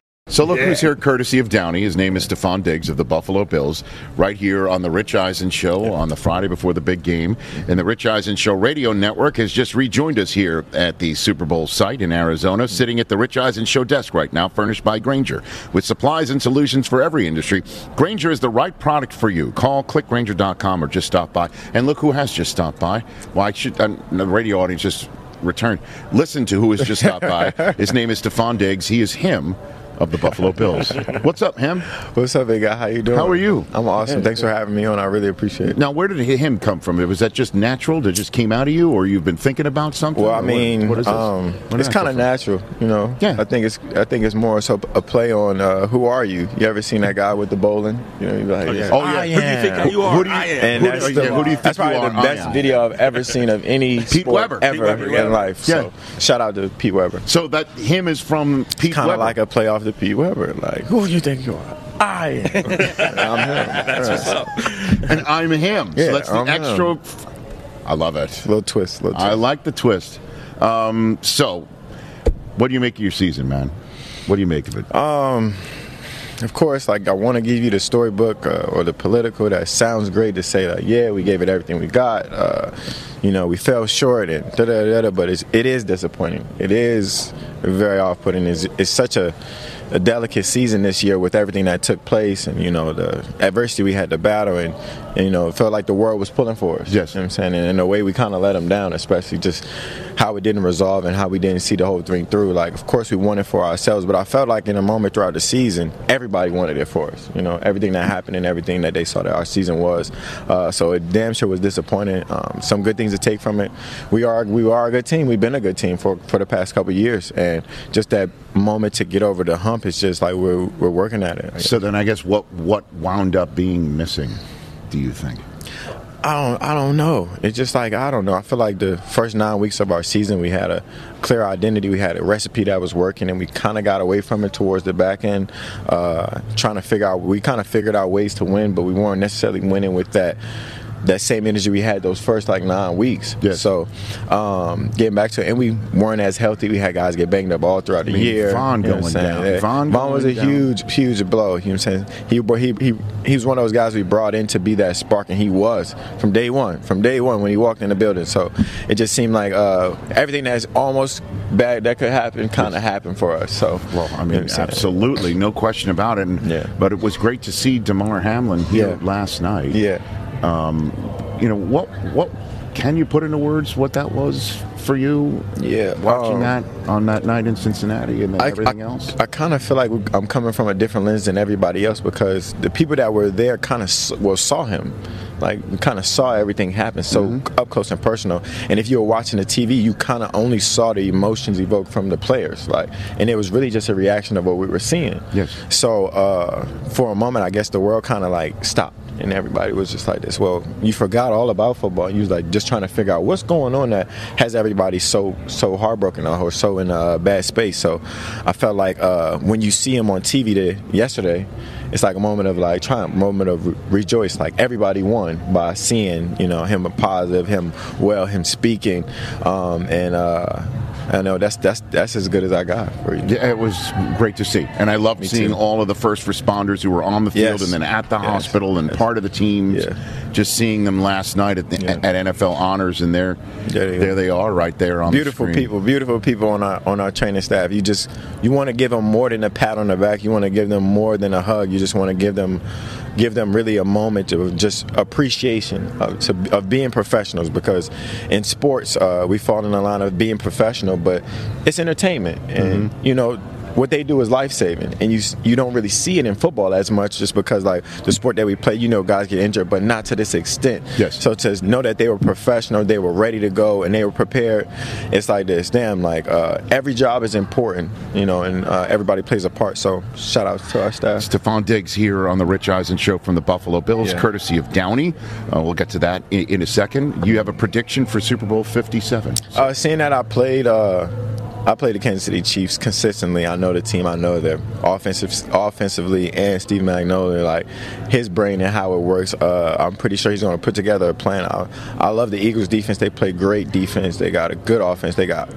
So look who's here, courtesy of Downey. His name is Stephon Diggs of the Buffalo Bills, right here on the Rich Eisen Show on the Friday before the big game. And the Rich Eisen Show radio network has just rejoined us here at the Super Bowl site in Arizona, sitting at the Rich Eisen Show desk right now, furnished by Granger. With supplies and solutions for every industry, Granger is the right product for you. Call clickgranger.com or just stop by. And look who has just stopped by. Why should uh, the radio audience just return? Listen to who has just stopped by. His name is Stephon Diggs. He is him of the Buffalo
<laughs>
Bills. What's up, him?
What's up, big guy? How you doing?
How are you?
I'm awesome. Thanks for having me on. I really appreciate it.
Now, where did hi- him come from? Was that just natural? That just came out of you, or you've been thinking about something?
Well, I
Or what-
mean,
what is this?
um,
Where did
it's
that
kind
come
of
from?
natural, you know.
Yeah.
I think it's I think it's more so a play on uh, who are you? You ever seen that guy with the bowling? You know, you like,
Oh
Who
yeah.
do you think that you are?
Who do you-
I am.
And
Who
that's
do you-
the,
yeah, who do you think
that's
you
probably
are?
the best
I am.
video I've ever seen of any
Pete
sport
Weber.
ever
Pete Weber, yeah.
in life. So shout out to Pete Weber.
So that him is from Pete
Kind
Weber.
of like a play off to Pete Weber. Like, who do you think you are? I am.
<laughs>
I'm him. That's what's up.
and I'm him.
Yeah,
so that's the
I'm him.
extra. I love it.
Little twist. Little twist.
I like the twist. Um, so, what do you make of your season, man? What do you make of it?
Uh, Of course, like I want to give you the storybook uh, or the political that sounds great to say, like, yeah, we gave it everything we got. Uh, you know, we fell short and da da da da. But it's, it is disappointing. It is very off-putting. It's, it's such a, a delicate season this year with everything that took place and you know the adversity we had to battle and, and you know it felt like the world was pulling for us.
Yes.
You know what I'm saying, and in a way we kind of let them down, especially just how it didn't resolve and how we didn't see the whole thing through. Like, of course, we wanted for ourselves, but I felt like in a moment throughout the season, everybody wanted it for us. You know, everything that happened and everything that they saw that our season was. Uh, so it damn sure was disappointing. Um, some good things to take from it. We are we are a good team. We've been a good team for for the past couple of years, and just that moment to get over the hump is just like we're we're working at it.
so then, I guess what what wound up being missing? do you think?
I don't, I don't know. It's just like I don't know. I feel like the first nine weeks of our season, we had a clear identity. We had a recipe that was working, and we kind of got away from it towards the back end, uh, trying to figure out. We kind of figured out ways to win, but we weren't necessarily winning with that that same energy we had those first like nine weeks. So um, getting back to it, and we weren't as healthy. We had guys get banged up all throughout the
I mean,
year.
Vaughn
You know what
going
I'm saying?
down.
Yeah.
Vaughn
was a
going down.
huge, huge blow. You know what I'm saying? He, he, he, he was one of those guys we brought in to be that spark, and he was from day one. From day one when he walked in the building. So it just seemed like uh, everything that's almost bad that could happen kind of happened for us. So
Well, I mean,
Yeah.
absolutely, no question about it. And, But it was great to see Damar Hamlin here last night.
Yeah.
Um, you know what? What can you put into words what that was for you?
Yeah.
Watching
um,
that on that night in Cincinnati and then everything else.
I kind of feel like I'm coming from a different lens than everybody else because the people that were there kind of well saw him, like we kind of saw everything happen so
Mm-hmm.
up close and personal. And if you were watching the TV, you kind of only saw the emotions evoked from the players, like, and it was really just a reaction of what we were seeing. Yes. So uh, for a moment, I guess the world kind of like stopped. And everybody was just like this. Well, you forgot all about football. You was like just trying to figure out what's going on that has everybody so so heartbroken or so in a bad space. So I felt like uh, when you see him on TV to yesterday, it's like a moment of like triumph, moment of re- rejoice. Like everybody won by seeing you know him positive, him well, him speaking, um, and uh, I know that's that's that's as good as I got for you.
Yeah, it was great to see, and I loved
Me
seeing
too.
all of the first responders who were on the field
Yes.
and then at the hospital and part of the teams. Just seeing them last night at, the, at NFL Honors, and there, there they are, right there on
beautiful
the screen.
people, beautiful people on our on our training staff. You just you want to give them more than a pat on the back. You want to give them more than a hug. You just want to give them give them really a moment of just appreciation of, to, of being professionals because in sports uh, we fall in the line of being professional, but it's entertainment
Mm-hmm.
and you know what they do is life saving, and you s- you don't really see it in football as much, just because like the sport that we play, you know, guys get injured, but not to this extent. Yes. So to know that they were professional, they were ready to go, and they were prepared, it's like this. Damn, like uh, every job is important, you know, and uh, everybody plays a part. So shout out to our staff.
Stephon Diggs here on the Rich Eisen show from the Buffalo Bills,
Yeah.
courtesy of Downey. Uh, we'll get to that in, in a second. You have a prediction for Super Bowl Fifty-seven.
Uh, seeing that I played, uh, I played the Kansas City Chiefs consistently. I know the team. I know their offensive, offensively, and Steve Magnolia, like his brain and how it works. Uh, I'm pretty sure he's going to put together a plan. I, I love the Eagles' defense. They play great defense. They got a good offense. They got,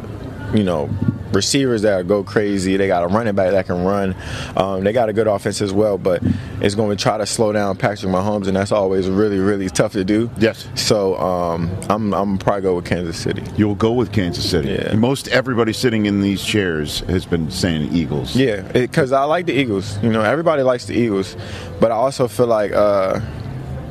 you know. Receivers that go crazy. They got a running back that can run. Um, they got a good offense as well, but it's going to try to slow down Patrick Mahomes, and that's always really, really tough to do. Yes. So um, I'm, I'm probably go with Kansas City.
You'll go with Kansas City. Most everybody sitting in these chairs has been saying Eagles.
Yeah, because I like the Eagles. You know, everybody likes the Eagles, but I also feel like, uh,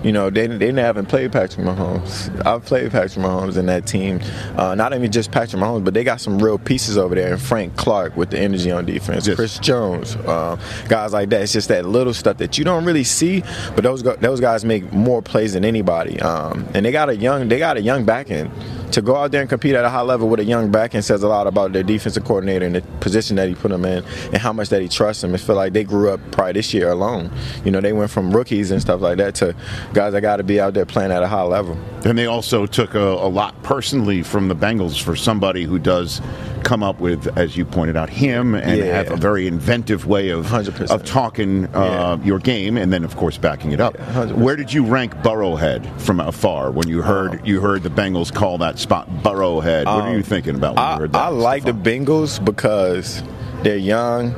you know, they they haven't played Patrick Mahomes. I've played Patrick Mahomes in that team. Uh, not even just Patrick Mahomes, but they got some real pieces over there. And Frank Clark with the energy on defense, Chris Jones, uh, guys like that. It's just that little stuff that you don't really see, but those gu- those guys make more plays than anybody. Um, and they got a young they got a young back end to go out there and compete at a high level with a young back end says a lot about their defensive coordinator and the position that he put him in and how much that he trusts him. It feel like they grew up probably this year alone. You know, they went from rookies and stuff like that to guys that got to be out there playing at a high level.
And they also took a, a lot personally from the Bengals for somebody who does come up with, as you pointed out, him and
Yeah.
have a very inventive way of of talking uh, your game, and then of course backing it up. Where did you rank Burrowhead from afar when you heard you heard the Bengals call that spot Burrowhead? what are
Um,
you thinking about when you heard that?
I like the Bengals because they're young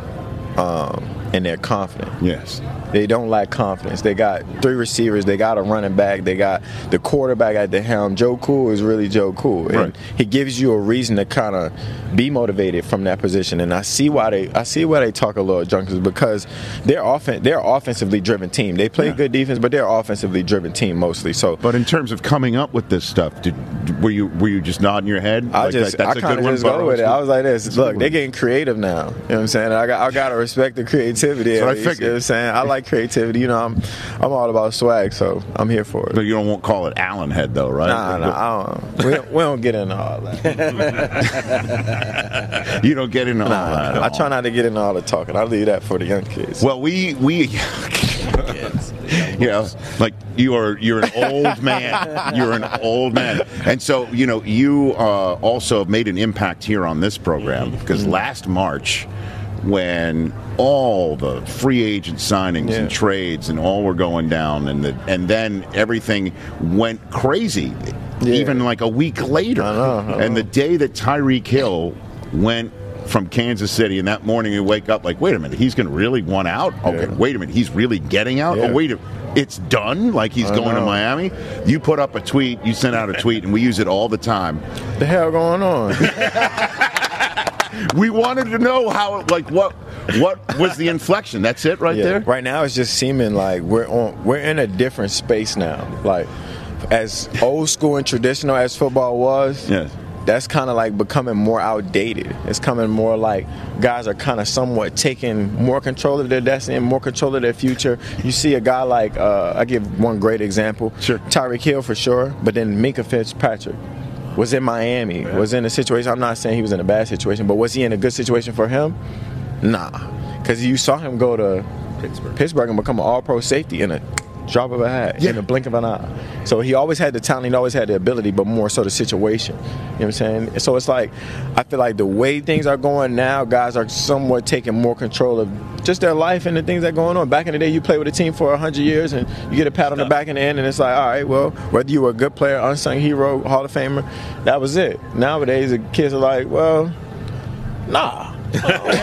um, and they're confident.
Yes.
They don't lack confidence. They got three receivers. They got a running back. They got the quarterback at the helm. Joe Cool is really Joe Cool, and he gives you a reason to kind of be motivated from that position. And I see why they, I see why they talk a little junk is because they're often they're offensively driven team. They play good defense, but they're offensively driven team mostly. So,
but in terms of coming up with this stuff, did, were you were you just nodding your head?
I
Like,
just,
that-
I kind of just go
Burrow?
with it. I was like this. Look, they're getting creative now. You know what I'm saying? I got, I got to respect the creativity.
That's what I
at least, You know
figured.
what I'm saying? I like creativity. You know, I'm, I'm all about swag, so I'm here for it.
But you don't want call it Allen head though, right?
Nah, nah, I don't, we, don't, we don't get into all that.
you don't get into all that at
I
all.
try not to get into all the talking. I leave that for the young kids.
Well, we we <laughs> you know, like you are you're an old man. You're an old man, and so you know you uh, also have made an impact here on this program because last March. When all the free agent signings and trades and all were going down, and the, and then everything went crazy, even like a week later. and the day that Tyreek Hill went from Kansas City, and that morning we wake up like, wait a minute, he's going to really want out. Okay, wait a minute, he's really getting out.
Yeah.
Oh, wait, a, it's done. Like he's
I
going to
know.
Miami. You put up a tweet, you sent out a tweet, and we use it all the time.
The hell going on?
We wanted to know how, like, what, what was the inflection? That's it, right
Yeah.
there.
Right now, it's just seeming like we're on we're in a different space now. Like as old school and traditional as football was.
Yes.
That's kind of like becoming more outdated. It's coming more like guys are kind of somewhat taking more control of their destiny and more control of their future. You see a guy like, uh, I give one great example. Sure. Tyreek Hill for sure, but then Minka Fitzpatrick was in Miami, was in a situation. I'm not saying he was in a bad situation, but was he in a good situation for him? Nah, because you saw him go to Pittsburgh, and become an All-Pro safety in a drop of a hat, in a blink of an eye. So he always had the talent, he always had the ability, but more so the situation. You know what I'm saying? So it's like I feel like the way things are going now, guys are somewhat taking more control of just their life and the things that are going on. Back in the day, you play with a team for 100 years and you get a pat on the back in the end, and it's like, all right, well, whether you were a good player, unsung hero, Hall of Famer, that was it. Nowadays, the kids are like, well, nah. Oh, I
<laughs>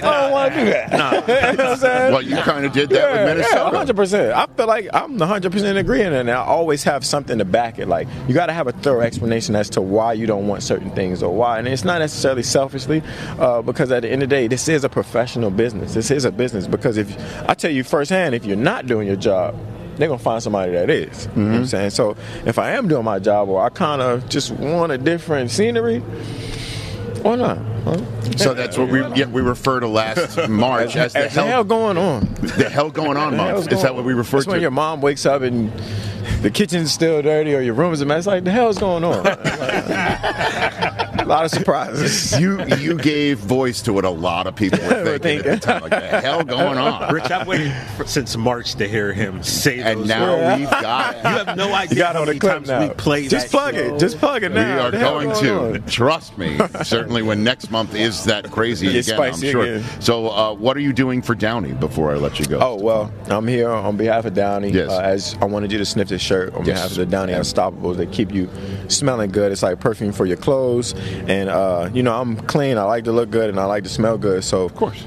don't, want to do that. <laughs> you know what I'm saying?
Well, you kind of did that
yeah,
with Minnesota.
hundred percent. I feel like I'm the hundred percent agreeing, and I always have something to back it. Like you got to have a thorough explanation as to why you don't want certain things or why, and it's not necessarily selfishly, uh, because at the end of the day, this is a professional business. This is a business because if I tell you firsthand, if you're not doing your job. They're gonna find somebody that is. You
Mm-hmm.
know what I'm saying? So if I am doing my job or I kind of just want a different scenery, why not? Huh?
So that's what we yeah, we refer to last
<laughs>
March as the
As the
hell,
hell going on?
the hell going on
The hell's
month. Is
going
that what we
on?
refer
That's
to?
when your mom wakes up and the kitchen's still dirty or your room is a mess. Like, the hell's going <laughs> on? a lot of surprises.
you you gave voice to what a lot of people
<laughs>
were
Were
thinking. at the time, like the hell going on,
Rich, I've waited for, since March to hear him say
and
those
now
words.
we've got it.
You have no idea
You got
how
on
many
the clip
times
now.
we play
Just
that
plug
shit.
it. Just plug it
We
now.
are
The hell
going to.
on?
Trust me.
<laughs>
Certainly when next month is that crazy
It's
again, I'm
spicy
sure.
again.
So uh, what are you doing for Downey before I let you go?
Oh well, I'm here on behalf of Downey.
Yes.
Uh, as I wanted you to sniff this shirt on
Yes.
behalf of the Downey Unstoppables. They keep you smelling good. It's like perfume for your clothes. And uh, you know, I'm clean. I like to look good and I like to smell good. So of course,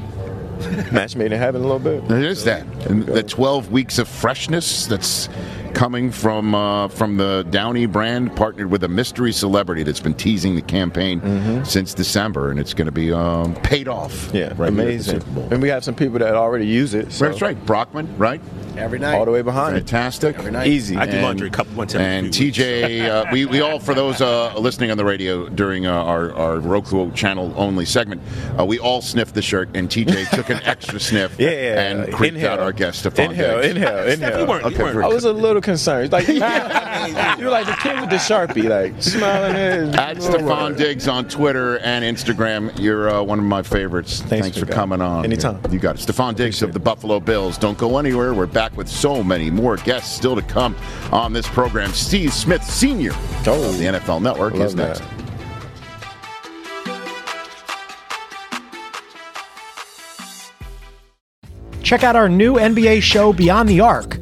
match made in heaven a little bit.
It is that. And the 12 weeks of freshness that's coming from uh, from the Downey brand, partnered with a mystery celebrity that's been teasing the campaign since December, and it's going to be um, paid off.
Mm-hmm. Yeah,
right here at the
amazing.
Super Bowl.
And we have some people that already use it. So
That's right, Brockman, right?
Every night.
All the way behind it.
Fantastic.
Easy.
I do laundry a couple once every
And
few weeks.
TJ, uh, we, we all, for those uh, listening on the radio during uh, our, our Roku channel only segment, uh, we all sniffed the shirt, and
<laughs>
TJ took an extra sniff
Yeah, yeah,
and
yeah.
creeped
Inhale.
out our guest, Stephon
Inhale,
Diggs.
inhale,
Steph, you
inhale.
weren't.
Okay,
you
great.
I
weren't.
was a little concerned.
<laughs>
Like <laughs> you were like the kid with the sharpie, like smiling. and-
At Stephon Diggs on Twitter and Instagram. You're uh, one of my favorites. Thanks, for
for coming.
coming on.
Anytime.
You got it. Stephon Diggs of the Buffalo Bills. Don't go anywhere. We're back with so many more guests still to come on this program. Steve Smith, Sr.
Oh.
of the NFL Network
Love
is next.
that.
Check out our new NBA show, Beyond the Arc,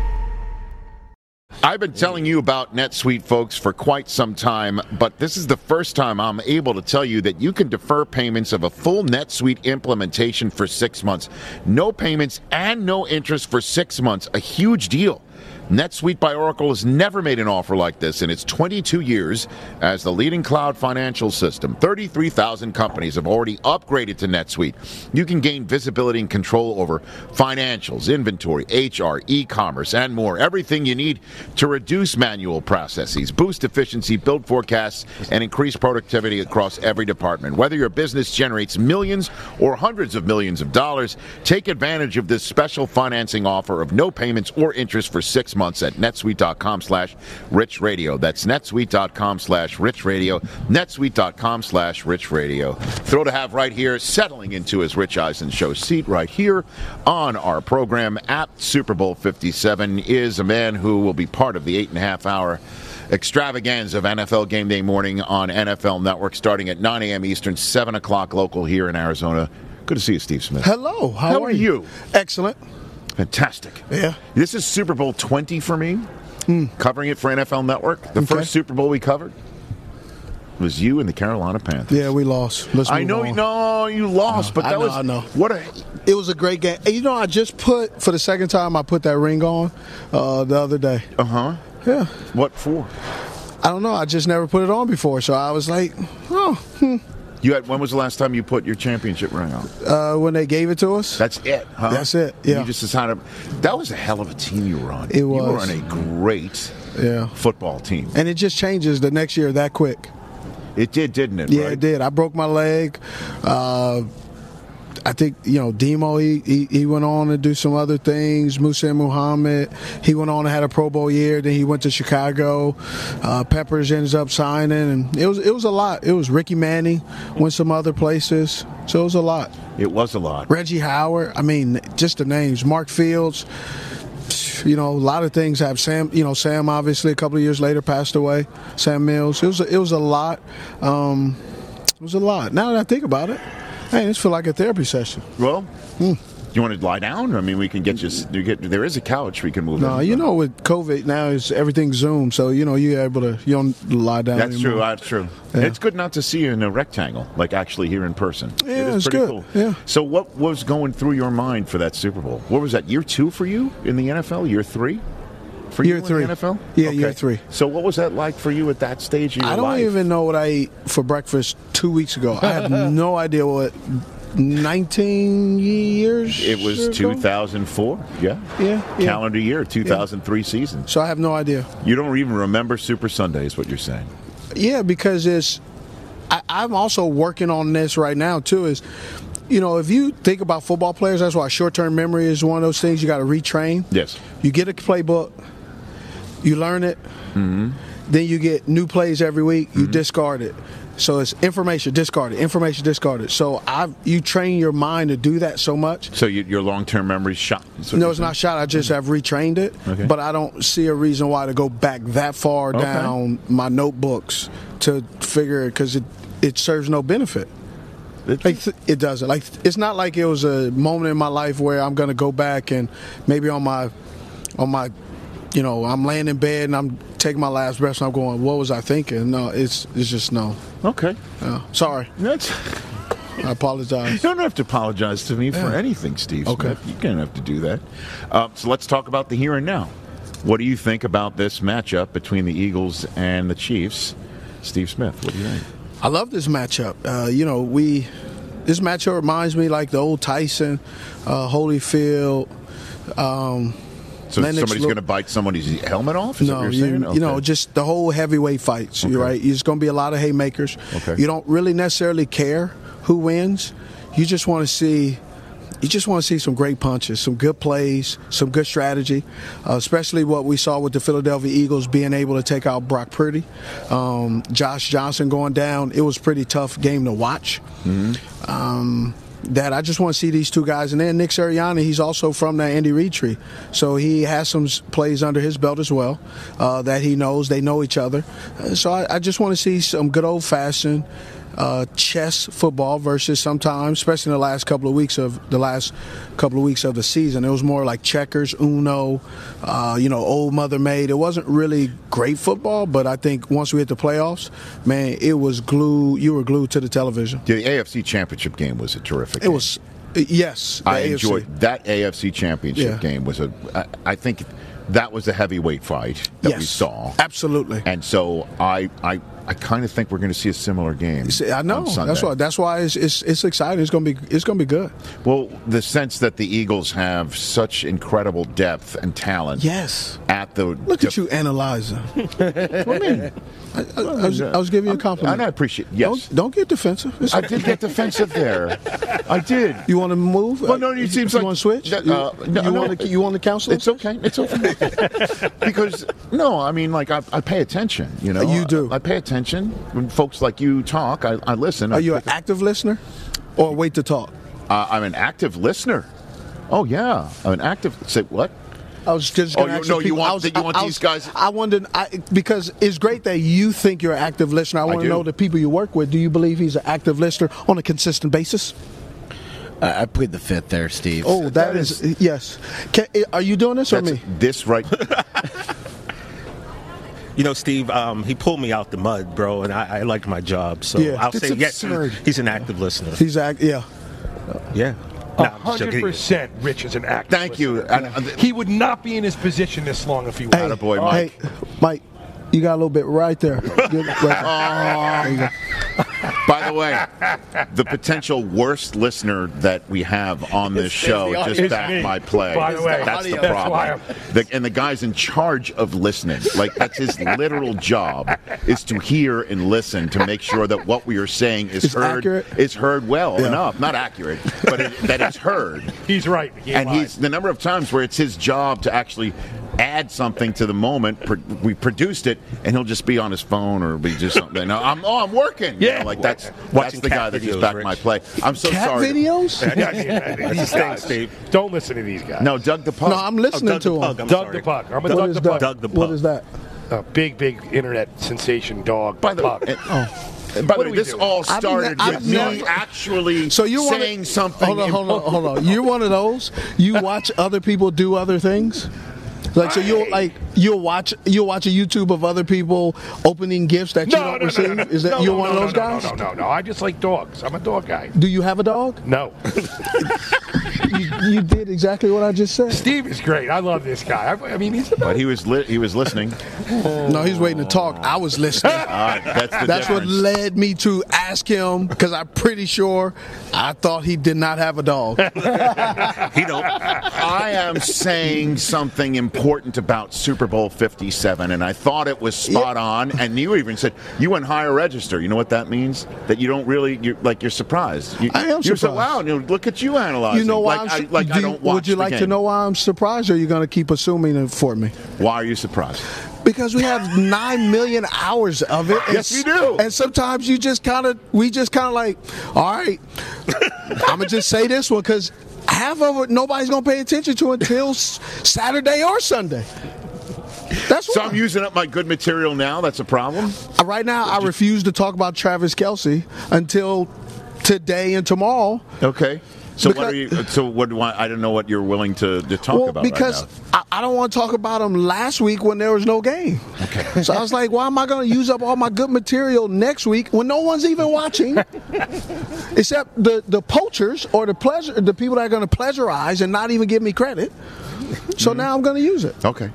I've been telling you about NetSuite, folks, for quite some time, but this is the first time I'm able to tell you that you can defer payments of a full NetSuite implementation for six months. No payments and no interest for six months. A huge deal. NetSuite by Oracle has never made an offer like this in its 22 years as the leading cloud financial system. 33,000 companies have already upgraded to NetSuite. You can gain visibility and control over financials, inventory, HR, e commerce, and more. Everything you need to reduce manual processes, boost efficiency, build forecasts, and increase productivity across every department. Whether your business generates millions or hundreds of millions of dollars, take advantage of this special financing offer of no payments or interest for six months at netsuite.com slash rich radio. That's netsuite.com slash rich radio. netsuite.com slash rich radio. Thrilled to have right here, settling into his Rich Eisen show seat right here on our program at Super Bowl 57 is a man who will be part of the eight and a half hour extravaganza of NFL game day morning on NFL Network starting at 9 a.m. Eastern, 7 o'clock local here in Arizona. Good to see you, Steve Smith.
Hello. How,
How are you?
Excellent.
Fantastic.
Yeah. Hmm.
This is Super Bowl 20 for me, covering it for NFL Network. The first Super Bowl we covered was you and the Carolina Panthers.
Yeah, we lost. Let's
I
move
know,
on.
no, you lost, but
I
that
know,
was
I know.
what a
It was a great game. And you know, I just put for the second time. I put that ring on uh, the other day.
Uh huh.
Yeah.
What for?
I don't know. I just never put it on before, so I was like, oh, hmm.
you had. When was the last time you put your championship ring on?
uh, when they gave it to us.
That's it. Huh?
That's it. Yeah.
You just decided that was a hell of a team you were on.
It
You were
was.
on a great
Yeah.
football team.
and it just changes the next year that quick.
It did, didn't it?
Yeah,
right?
it did. I broke my leg. Uh, I think you know Demo. He, he he went on to do some other things. Musa Muhammad. He went on and had a Pro Bowl year. Then he went to Chicago. Uh, Peppers ends up signing, and it was it was a lot. It was Ricky Manning went some other places. So it was a lot.
It was a lot.
Reggie Howard. I mean, just the names. Mark Fields. You know, a lot of things have Sam. You know, Sam obviously a couple of years later passed away. Sam Mills. It was a, it was a lot. Um, it was a lot. Now that I think about it, hey, this feel like a therapy session.
Well,
Hmm.
you want to lie down? I mean, we can get you. s- You get there is a couch we can move.
No,
in.
uh, you know, with COVID now is everything Zoom, so you know you're able to you don't lie down.
That's
anymore.
true. That's true.
Yeah.
It's good not to see you in a rectangle, like actually here in person.
Yeah,
it is
it's
pretty
good.
cool.
Yeah.
So, what was going through your mind for that Super Bowl? What was that year two for you in the NFL? Year three for
Year
you
three.
in the NFL?
Yeah, year three.
So, what was that like for you at that stage of your
I don't
life?
even know what I ate for breakfast two weeks ago. I have no idea what. 19 years.
It was
ago?
2004. Yeah.
Yeah, yeah.
Calendar year, 2003 season.
So I have no idea.
You don't even remember Super Sunday, is what you're saying.
Yeah, because it's. I, I'm also working on this right now too. Is you know if you think about football players, that's why short-term memory is one of those things you got to retrain.
Yes.
You get a playbook, you learn it,
Mm-hmm.
then you get new plays every week. You discard it. So it's information discarded, information discarded. So I've you train your mind to do that so much
So, you, your long term memory's shot. is what
no,
you're
it's
saying?
not shot. I just have retrained it,
Okay.
but I don't see a reason why to go back that far
Okay.
down my notebooks to figure it because it it serves no benefit. Like, th- it doesn't. Like it's not like it was a moment in my life where I'm going to go back and maybe on my on my you know I'm laying in bed and I'm taking my last breath and I'm going, what was I thinking? No, it's it's just no.
Okay.
Yeah. sorry.
That's.
I apologize.
You don't have to apologize to me for
Yeah.
anything, Steve.
Okay.
Smith. You don't have to do that. Um, so let's talk about the here and now. What do you think about this matchup between the Eagles and the Chiefs? Steve Smith, what do you think?
I love this matchup. Uh, you know, we this matchup reminds me like the old Tyson, uh, Holyfield. Um,
So
Lennox
somebody's
Lew-
going to bite somebody's helmet off? Is that
no,
what
um, you,
you're saying?
you know,
Okay.
just the whole heavyweight fights. You're right. There's going to be a lot of haymakers.
Okay.
You don't really necessarily care who wins. You just want to see. You just want to see some great punches, some good plays, some good strategy, uh, especially what we saw with the Philadelphia Eagles being able to take out Brock Purdy, um, Josh Johnson going down. It was a pretty tough game to watch um, that I just want to see these two guys. And then Nick Sirianni, he's also from the Andy Reid tree, so he has some s- plays under his belt as well uh, that he knows. They know each other, Uh, so I, I just want to see some good old fashioned uh, chess football versus sometimes, especially in the last couple of weeks of the last couple of weeks of the season, it was more like checkers, Uno, uh, you know, old mother made. It wasn't really great football, but I think once we hit the playoffs, man, it was glue. You were glued to the television.
The AFC Championship game was a terrific.
It was, uh, yes. the
I
AFC.
enjoyed that AFC Championship
Yeah.
game. Was a, I, I think that was a heavyweight fight that we
Yes.
saw.
Absolutely.
<laughs> And so I, I, I kind of think we're going to see a similar game.
I know.
on Sunday.
That's why. That's why it's, it's it's exciting. It's gonna be it's gonna be good.
Well, the sense that the Eagles have such incredible depth and talent.
Yes.
At the
Look at you
<laughs>
analyzing. what do you mean? I, I, I was, I was giving you a compliment.
And I appreciate. Yes.
Don't, don't get defensive. It's
I
okay.
did get defensive there. I did.
You want to move?
Well, no, it
You-
seems
you
like
want to switch?
That,
You-
uh, no,
you
no,
want to you want to counsel?
It's okay. It's okay. because no, I mean, like I, I pay attention. You know,
You do.
I, I pay attention when folks like you talk. I, I listen. I
Are you an
pick
active listener, or wait to talk?
up- uh, I'm an active listener. Oh yeah, I'm an active. Say what?
I was just
Oh,
going to
you-
ask
no, you
people-
want-
I was,
that you want
I- I
these
was-
guys-
I wondered I, because it's great that you think you're an active listener. I want
do.
to know the people you work with. Do you believe he's an active listener on a consistent basis?
I, I plead the fifth there, Steve.
Oh, that is, yes. Can, are you doing this or me?
This right.
You know, Steve, um, he pulled me out the mud, bro, and I, I like my job. So
Yeah.
I'll
That's
say
absurd.
yes. He's an active listener.
He's act, yeah.
yeah. Nah,
A
I'm joking.
hundred percent, Rich is an actor.
<laughs> Thank
<laughs>
you. And-
He would not be in his position this long if he was.
Attaboy, Mike.
Hey, Mike, you got a little bit
<laughs>
right there. Good- right.
Oh,
There you go.
By the way, the potential worst listener that we have on this show
the
just
audience.
backed
It's me.
my play.
By the way,
that's the
audience. That's why
problem. The, and the guy's in charge of listening. Like that's
<laughs>
his literal job is to hear and listen to make sure that what we are saying is
It's
heard
accurate.
is heard well
Yeah.
enough. Not accurate, but it, that it's heard.
He's right. He
And
lied.
he's the number of times where it's his job to actually add something to the moment. Pro- we produced it, and he'll just be on his phone or be just something. No, I'm oh, I'm working. You
Yeah.
know, like that's that's
Watching
the
cat
guy that just
videos,
backed
Rich.
my play. I'm so
Cat
sorry. <laughs>
videos?
Yeah, yeah, yeah, yeah. These guys. Don't listen to these guys.
No, Doug the Pug.
No, I'm listening
Oh, Doug
to
the
him.
Pug, I'm Doug sorry. the Pug. I'm a Doug
is
the
that?
Pug. Doug the
What
Pug.
is that?
A big, big internet sensation dog.
By the
Pug.
way,
Oh.
and by
What
the way,
are we
this
doing?
all
I've ne-
started
I've
with me
never-
actually
So you're one of-
saying something.
Hold on, hold on,
important.
hold on. You're one of those.
<laughs>
You watch other people do other things. Like so, you'll like you'll watch you'll watch a YouTube of other people opening gifts that you
No,
don't
no,
receive.
no, no, no.
Is that
No,
you're
no,
one
no,
of those
no,
guys?
No, no, no, no. I just like dogs. I'm a dog guy.
Do you have a dog?
No.
<laughs> you, you did exactly what I just said.
Steve is great. I love this guy. I, I mean, he's
But he was li- he was listening.
<laughs> No, he's waiting to talk. I was listening.
All right, that's the
That's what
difference.
led me to ask him because I'm pretty sure I thought he did not have a dog.
<laughs>
He don't.
I am saying something important about Super Bowl 57, and I thought it was spot on. And you even said you went higher register. You know what that means? That you don't really, you're, like, you're surprised. You,
I am
You're so
surprised.
wow. You know, look at you analyzing.
You know why?
Like,
I'm,
I,
su-
like,
do
I
you-
don't watch
Would you
the
like to
game.
know why I'm surprised, or are you going to keep assuming it for me?
Why are you surprised?
Because we have nine million hours of it. and
Yes, we
s-
do.
And sometimes you just kind of, we just kind of like, all right, I'm gonna just say this one because half of it nobody's gonna pay attention to until s- Saturday or Sunday. That's
So
why.
I'm using up my good material now. That's a problem.
Uh, Right now, I refuse to talk about Travis Kelsey until today and tomorrow.
Okay. So what
Because-
are you? So what? do I I don't know what you're willing to, to talk
well,
about. right
because
now.
I, I don't want to talk about him last week when there was no game. Okay. So I was like, why am I going to use up all my good material next week when no one's
<laughs>
even watching, except the the poachers or the pleasure the people that are going to pleasurize and not even give me credit.
Mm-hmm.
So now I'm going to use it.
Okay.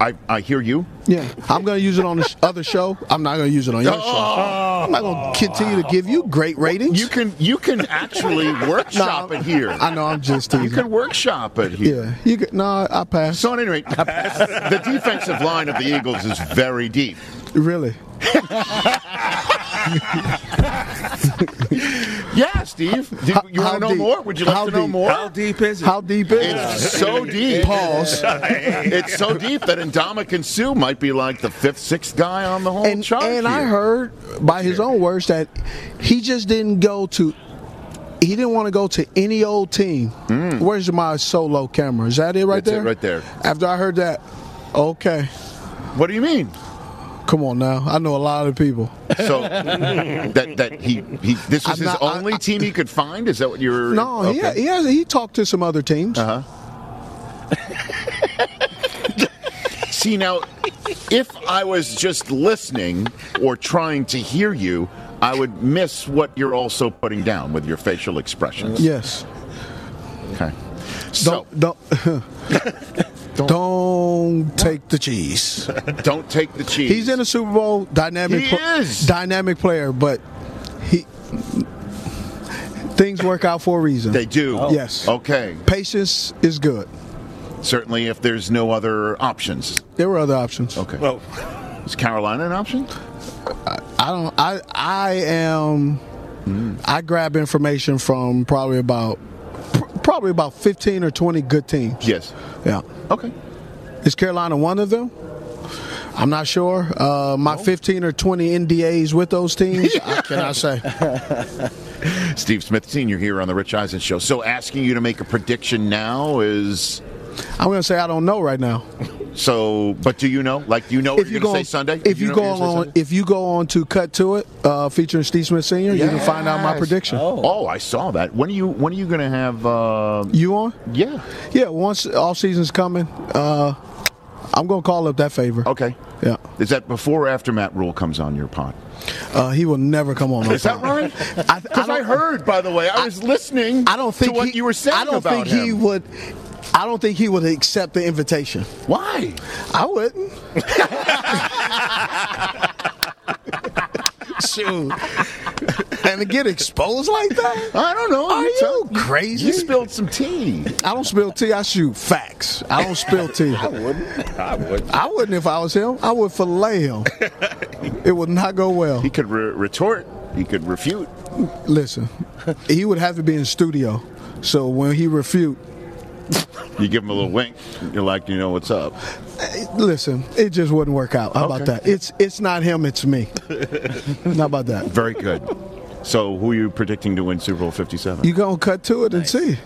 I, I hear you.
Yeah, I'm going to use it on the sh- other show. I'm not going to use it on your show. I'm not going to continue to give you great ratings.
Oh. You can you can
<laughs>
actually workshop it here.
I know I'm just teasing.
You can workshop it here.
yeah, you could, no, I passed.
So at
<laughs>
any rate, the defensive line of the Eagles is very deep.
Really?
Yeah, Steve. Do you,
How
want to know
deep?
more? Would you like
How
to know
deep?
more?
How deep is it?
How deep is it?
It's
<laughs>
so deep.
<laughs> Pause.
It's so deep that Indama Sue might be like the fifth, sixth guy on the whole
And,
chart.
and I
here.
heard by his own words that he just didn't go to. He didn't want to go to any old team. Where's my solo camera? Is that Mm. it right
That's it
there?
right there.
After I heard that, okay.
What do you mean?
Come on now. I know a lot of people. <laughs>
So that that he, he this was
I'm
his
not- I-
only team he could find. Is that what you're?
No, he, ha- he has he talked to some other teams. Uh
huh. See now, if I was just listening or trying to hear you, I would miss what you're also putting down with your facial expressions.
Yes.
Okay.
So don't <laughs> don't, don't take the cheese.
Don't take the cheese.
He's in a Super Bowl dynamic.
He
pl- dynamic player, but he things work out for a reason.
They do.
Oh. Yes.
Okay.
Patience is good.
Certainly, if there's no other options.
There were other options.
Okay. Well, is Carolina an option?
I don't. I I am.
Mm.
I grab information from probably about pr- probably about fifteen or twenty good teams.
Yes.
Yeah.
Okay.
Is Carolina one of them? I'm not sure. Uh, my 15 or 20 NDAs with
<laughs>
those teams, I cannot say.
Steve Smith Sr. here on the Rich Eisen Show. So, asking you to make a prediction now is
I'm going to say I don't know right now.
so. But do you know? Like, do you know what you're going to
on-
say Sunday?
if
Do
you,
know
go
what you're gonna say
on, if you go on to cut to it, uh, featuring Steve Smith Senior, you can find out my
Yes.
prediction.
Oh. I saw that. When are you when are you going to have uh,
You on?
Yeah.
Yeah. Once all season's coming, uh, I'm going to call up that favor.
Okay.
Yeah.
Is that before or after Matt Rule comes on your pod?
Uh, he will never come on. my
Is that
pod.
right? Because I, heard, by the way, I, was listening.
I don't think
to what
he,
you were saying
I don't
about
think he
him.
would. I don't think he would accept the invitation.
Why?
I wouldn't.
Shoot.
and to get exposed like that?
I don't know.
Are
You
you
tell-
crazy?
you spilled some tea.
I don't spill tea. I shoot facts. I don't spill tea.
I wouldn't. <laughs> I would.
I wouldn't if I was him. I would fillet him. it would not go well.
He could re- retort. He could refute.
Listen, he would have to be in studio. So when he refute,
You give him a little wink. You're like, you know what's up.
eh, listen, it just wouldn't work out. How about
Okay.
that? It's it's not him. It's me. How about that?
Very good. So, who are you predicting to win Super Bowl 57?
You gonna cut to it and see.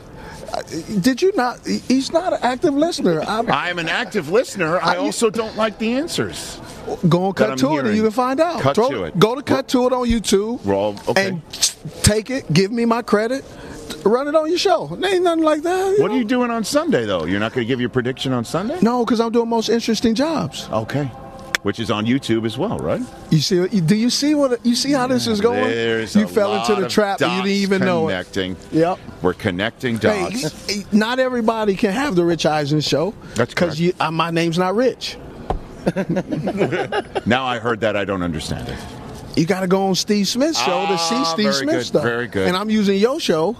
Uh, Did you not? he- He's not an active listener. I'm
I am an active listener. I also don't like the answers.
Go on
That
Cut
I'm
to it and
hearing.
you can find out.
Cut
Throw-
to it.
Go to Cut to it on YouTube.
We're all okay.
And t- take it. Give me my credit. t- Run it on your show. There ain't nothing like that.
What are you doing on Sunday, though? You're not going to give your prediction on Sunday?
No, because I'm doing most interesting jobs.
Okay. Which is on YouTube as well, right?
You see? what- you- Do you see what? You see how this is going?
Mm, There's
you
a
fell into
lot
the
of
trap. and You
dots
didn't even know it.
connecting.
Yep.
We're connecting
Hey,
dots.
<laughs> y- y- not everybody can have the Rich Eisen show.
That's correct.
because uh, my name's not Rich.
now I heard that I don't understand it.
You got to go on Steve Smith's show to see
Ah,
Steve
very
Smith
good,
stuff.
very good.
And I'm using your show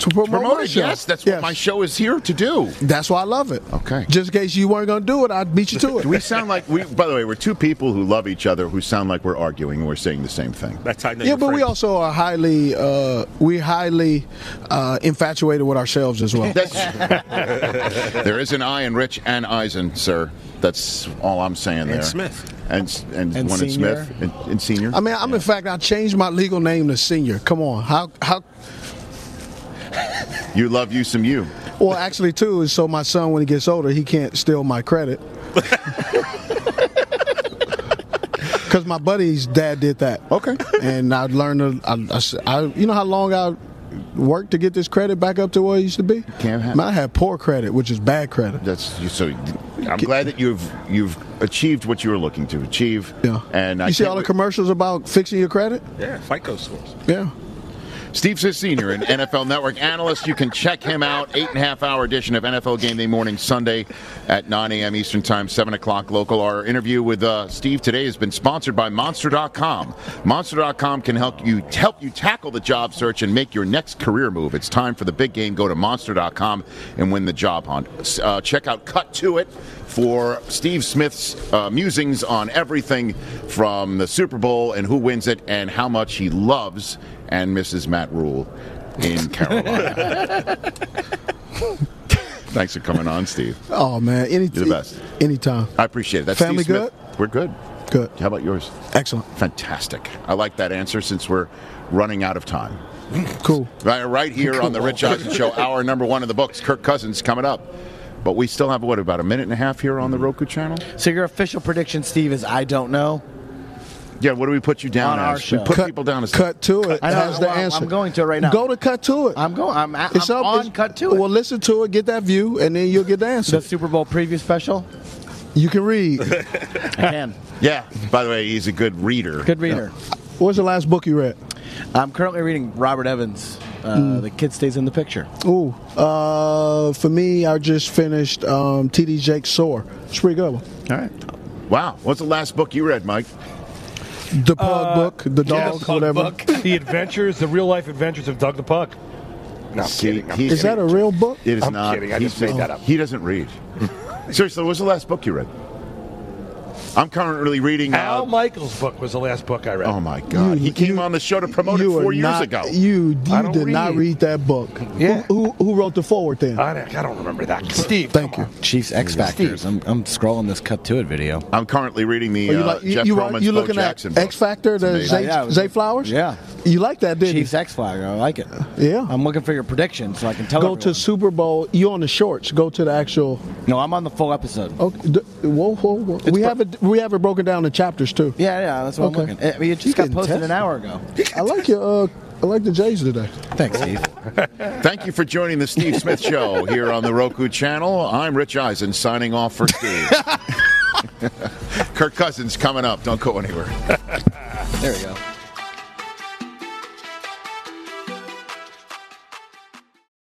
to promote, my
Promote it,
show.
yes. That's what my show is here to do.
That's why I love it.
Okay.
Just in case you weren't going to do it, I'd beat you to it.
Do <laughs> we sound like we? By the way, we're two people who love each other who sound like we're arguing and we're saying the same thing. <laughs>
That's how I know
yeah,
you're
but we
friends.
also are highly, uh, we highly uh, infatuated with ourselves
<laughs>
as well.
That's- there is an I in Rich and Eisen, sir. That's all I'm saying there.
Smith.
and S- and,
And
one
Senior.
in Smith and, and senior.
I mean, I'm in fact, I changed my legal name to Senior. Come on, how how?
you love you some you.
Well, actually, too is so my son when he gets older, he can't steal
<laughs>
my credit. Because my buddy's dad did that.
Okay.
And I learned, to, I, I s- I- you know how long I worked to get this credit back up to where it used to be?
Can't have-
Man, I had poor credit, which is bad credit.
That's you- so. I'm glad that you've you've achieved what you were looking to achieve. Yeah. And I
you see
can't
all the
wait-
commercials about fixing your credit?
Yeah, FICO scores.
Yeah.
Steve Sis Sr., an NFL Network analyst. You can check him out. Eight and a half hour edition of NFL Game Day Morning Sunday at 9 a.m. Eastern Time, 7 o'clock local. Our interview with uh, Steve today has been sponsored by Monster.com. Monster.com can help you help you tackle the job search and make your next career move. It's time for the big game. Go to Monster.com and win the job hunt. Uh, check out Cut to It for Steve Smith's uh, musings on everything from the Super Bowl and who wins it and how much he loves and Mrs. Matt Rule in Carolina. Thanks for coming on, Steve.
Oh, man. Any,
You're the best.
Anytime.
I appreciate it. That's
Family
Steve Smith. We're good.
Good.
How about yours?
Excellent.
Fantastic. I like that answer since we're running out of time.
Cool.
Right, right here on the Rich Eisen Show, hour number one of the books. Kirk Cousins coming up. But we still have, what, about a minute and a half here on the Roku channel?
So your official prediction, Steve, is I don't know.
Yeah, what do we put you
On
down
our
as?
show.
We put
Cut-
people down as
Cut to it.
I know,
has the
well, I'm-
answer.
I'm going to right now.
Go to cut to it.
I'm going. I'm, I'm on cut to it.
Well, listen to it, get that view, and then you'll get the answer.
The Super Bowl preview special.
You can read.
<laughs>
Again,
Yeah. By the way, he's a good
<laughs>
reader.
good reader.
What's the last book you read?
I'm currently reading Robert Evans. Uh,
Mm.
The kid stays in the picture.
Ooh, uh, for me, I just finished um, T.D. Jake Soar. It's a pretty good one.
All right.
Wow. What's the last book you read, Mike?
The Pug
Uh,
Book, The Dog, whatever.
<laughs> the adventures, the real life adventures of Doug the Puck. No, I'm
See,
kidding. I'm
he's-
Is that a real book?
It is
I'm
not.
kidding. I
He's
just made
not-
that up.
He doesn't read. <laughs> Seriously, what's the last book you read? I'm currently reading. uh,
Al Michaels' book was the last book I read.
Oh my God! he came on the show to promote it
You are
four years
not-
ago.
You,
I
you
don't
did not
read.
read that book.
Yeah.
Who, who, who wrote the forward
Uh,
then?
I don't, I don't remember that. Steve.
Thank you.
Chiefs X Factors. I'm, I'm scrolling this cut to it video.
I'm currently reading the
Oh, you
uh,
like- you-
Jeff
you are-
Perlman's
you
Bo
looking at
Jackson book.
X Factor,
It's
the
amazing.
Zay-
Yeah, it was-
Zay Flowers?
Yeah.
You like that, didn't you?
Chiefs X Factor. I like it.
Yeah.
I'm looking for your prediction so I can tell
Go
everyone.
to Super Bowl. You on the shorts? Go to the actual.
No, I'm on the full episode.
Okay, d- whoa, whoa, whoa. We have it. We have it broken down in chapters too.
Yeah, yeah, that's what
Okay.
I'm looking. I mean, it
You
just got
getting
posted an
tested.
hour ago.
I like your. Uh, I like the Jays today.
Thanks, Steve.
Thank you for joining the Steve Smith Show here on the Roku channel. I'm Rich Eisen signing off for Steve.
<laughs>
<laughs> Kirk Cousins coming up. Don't go anywhere.
There we go.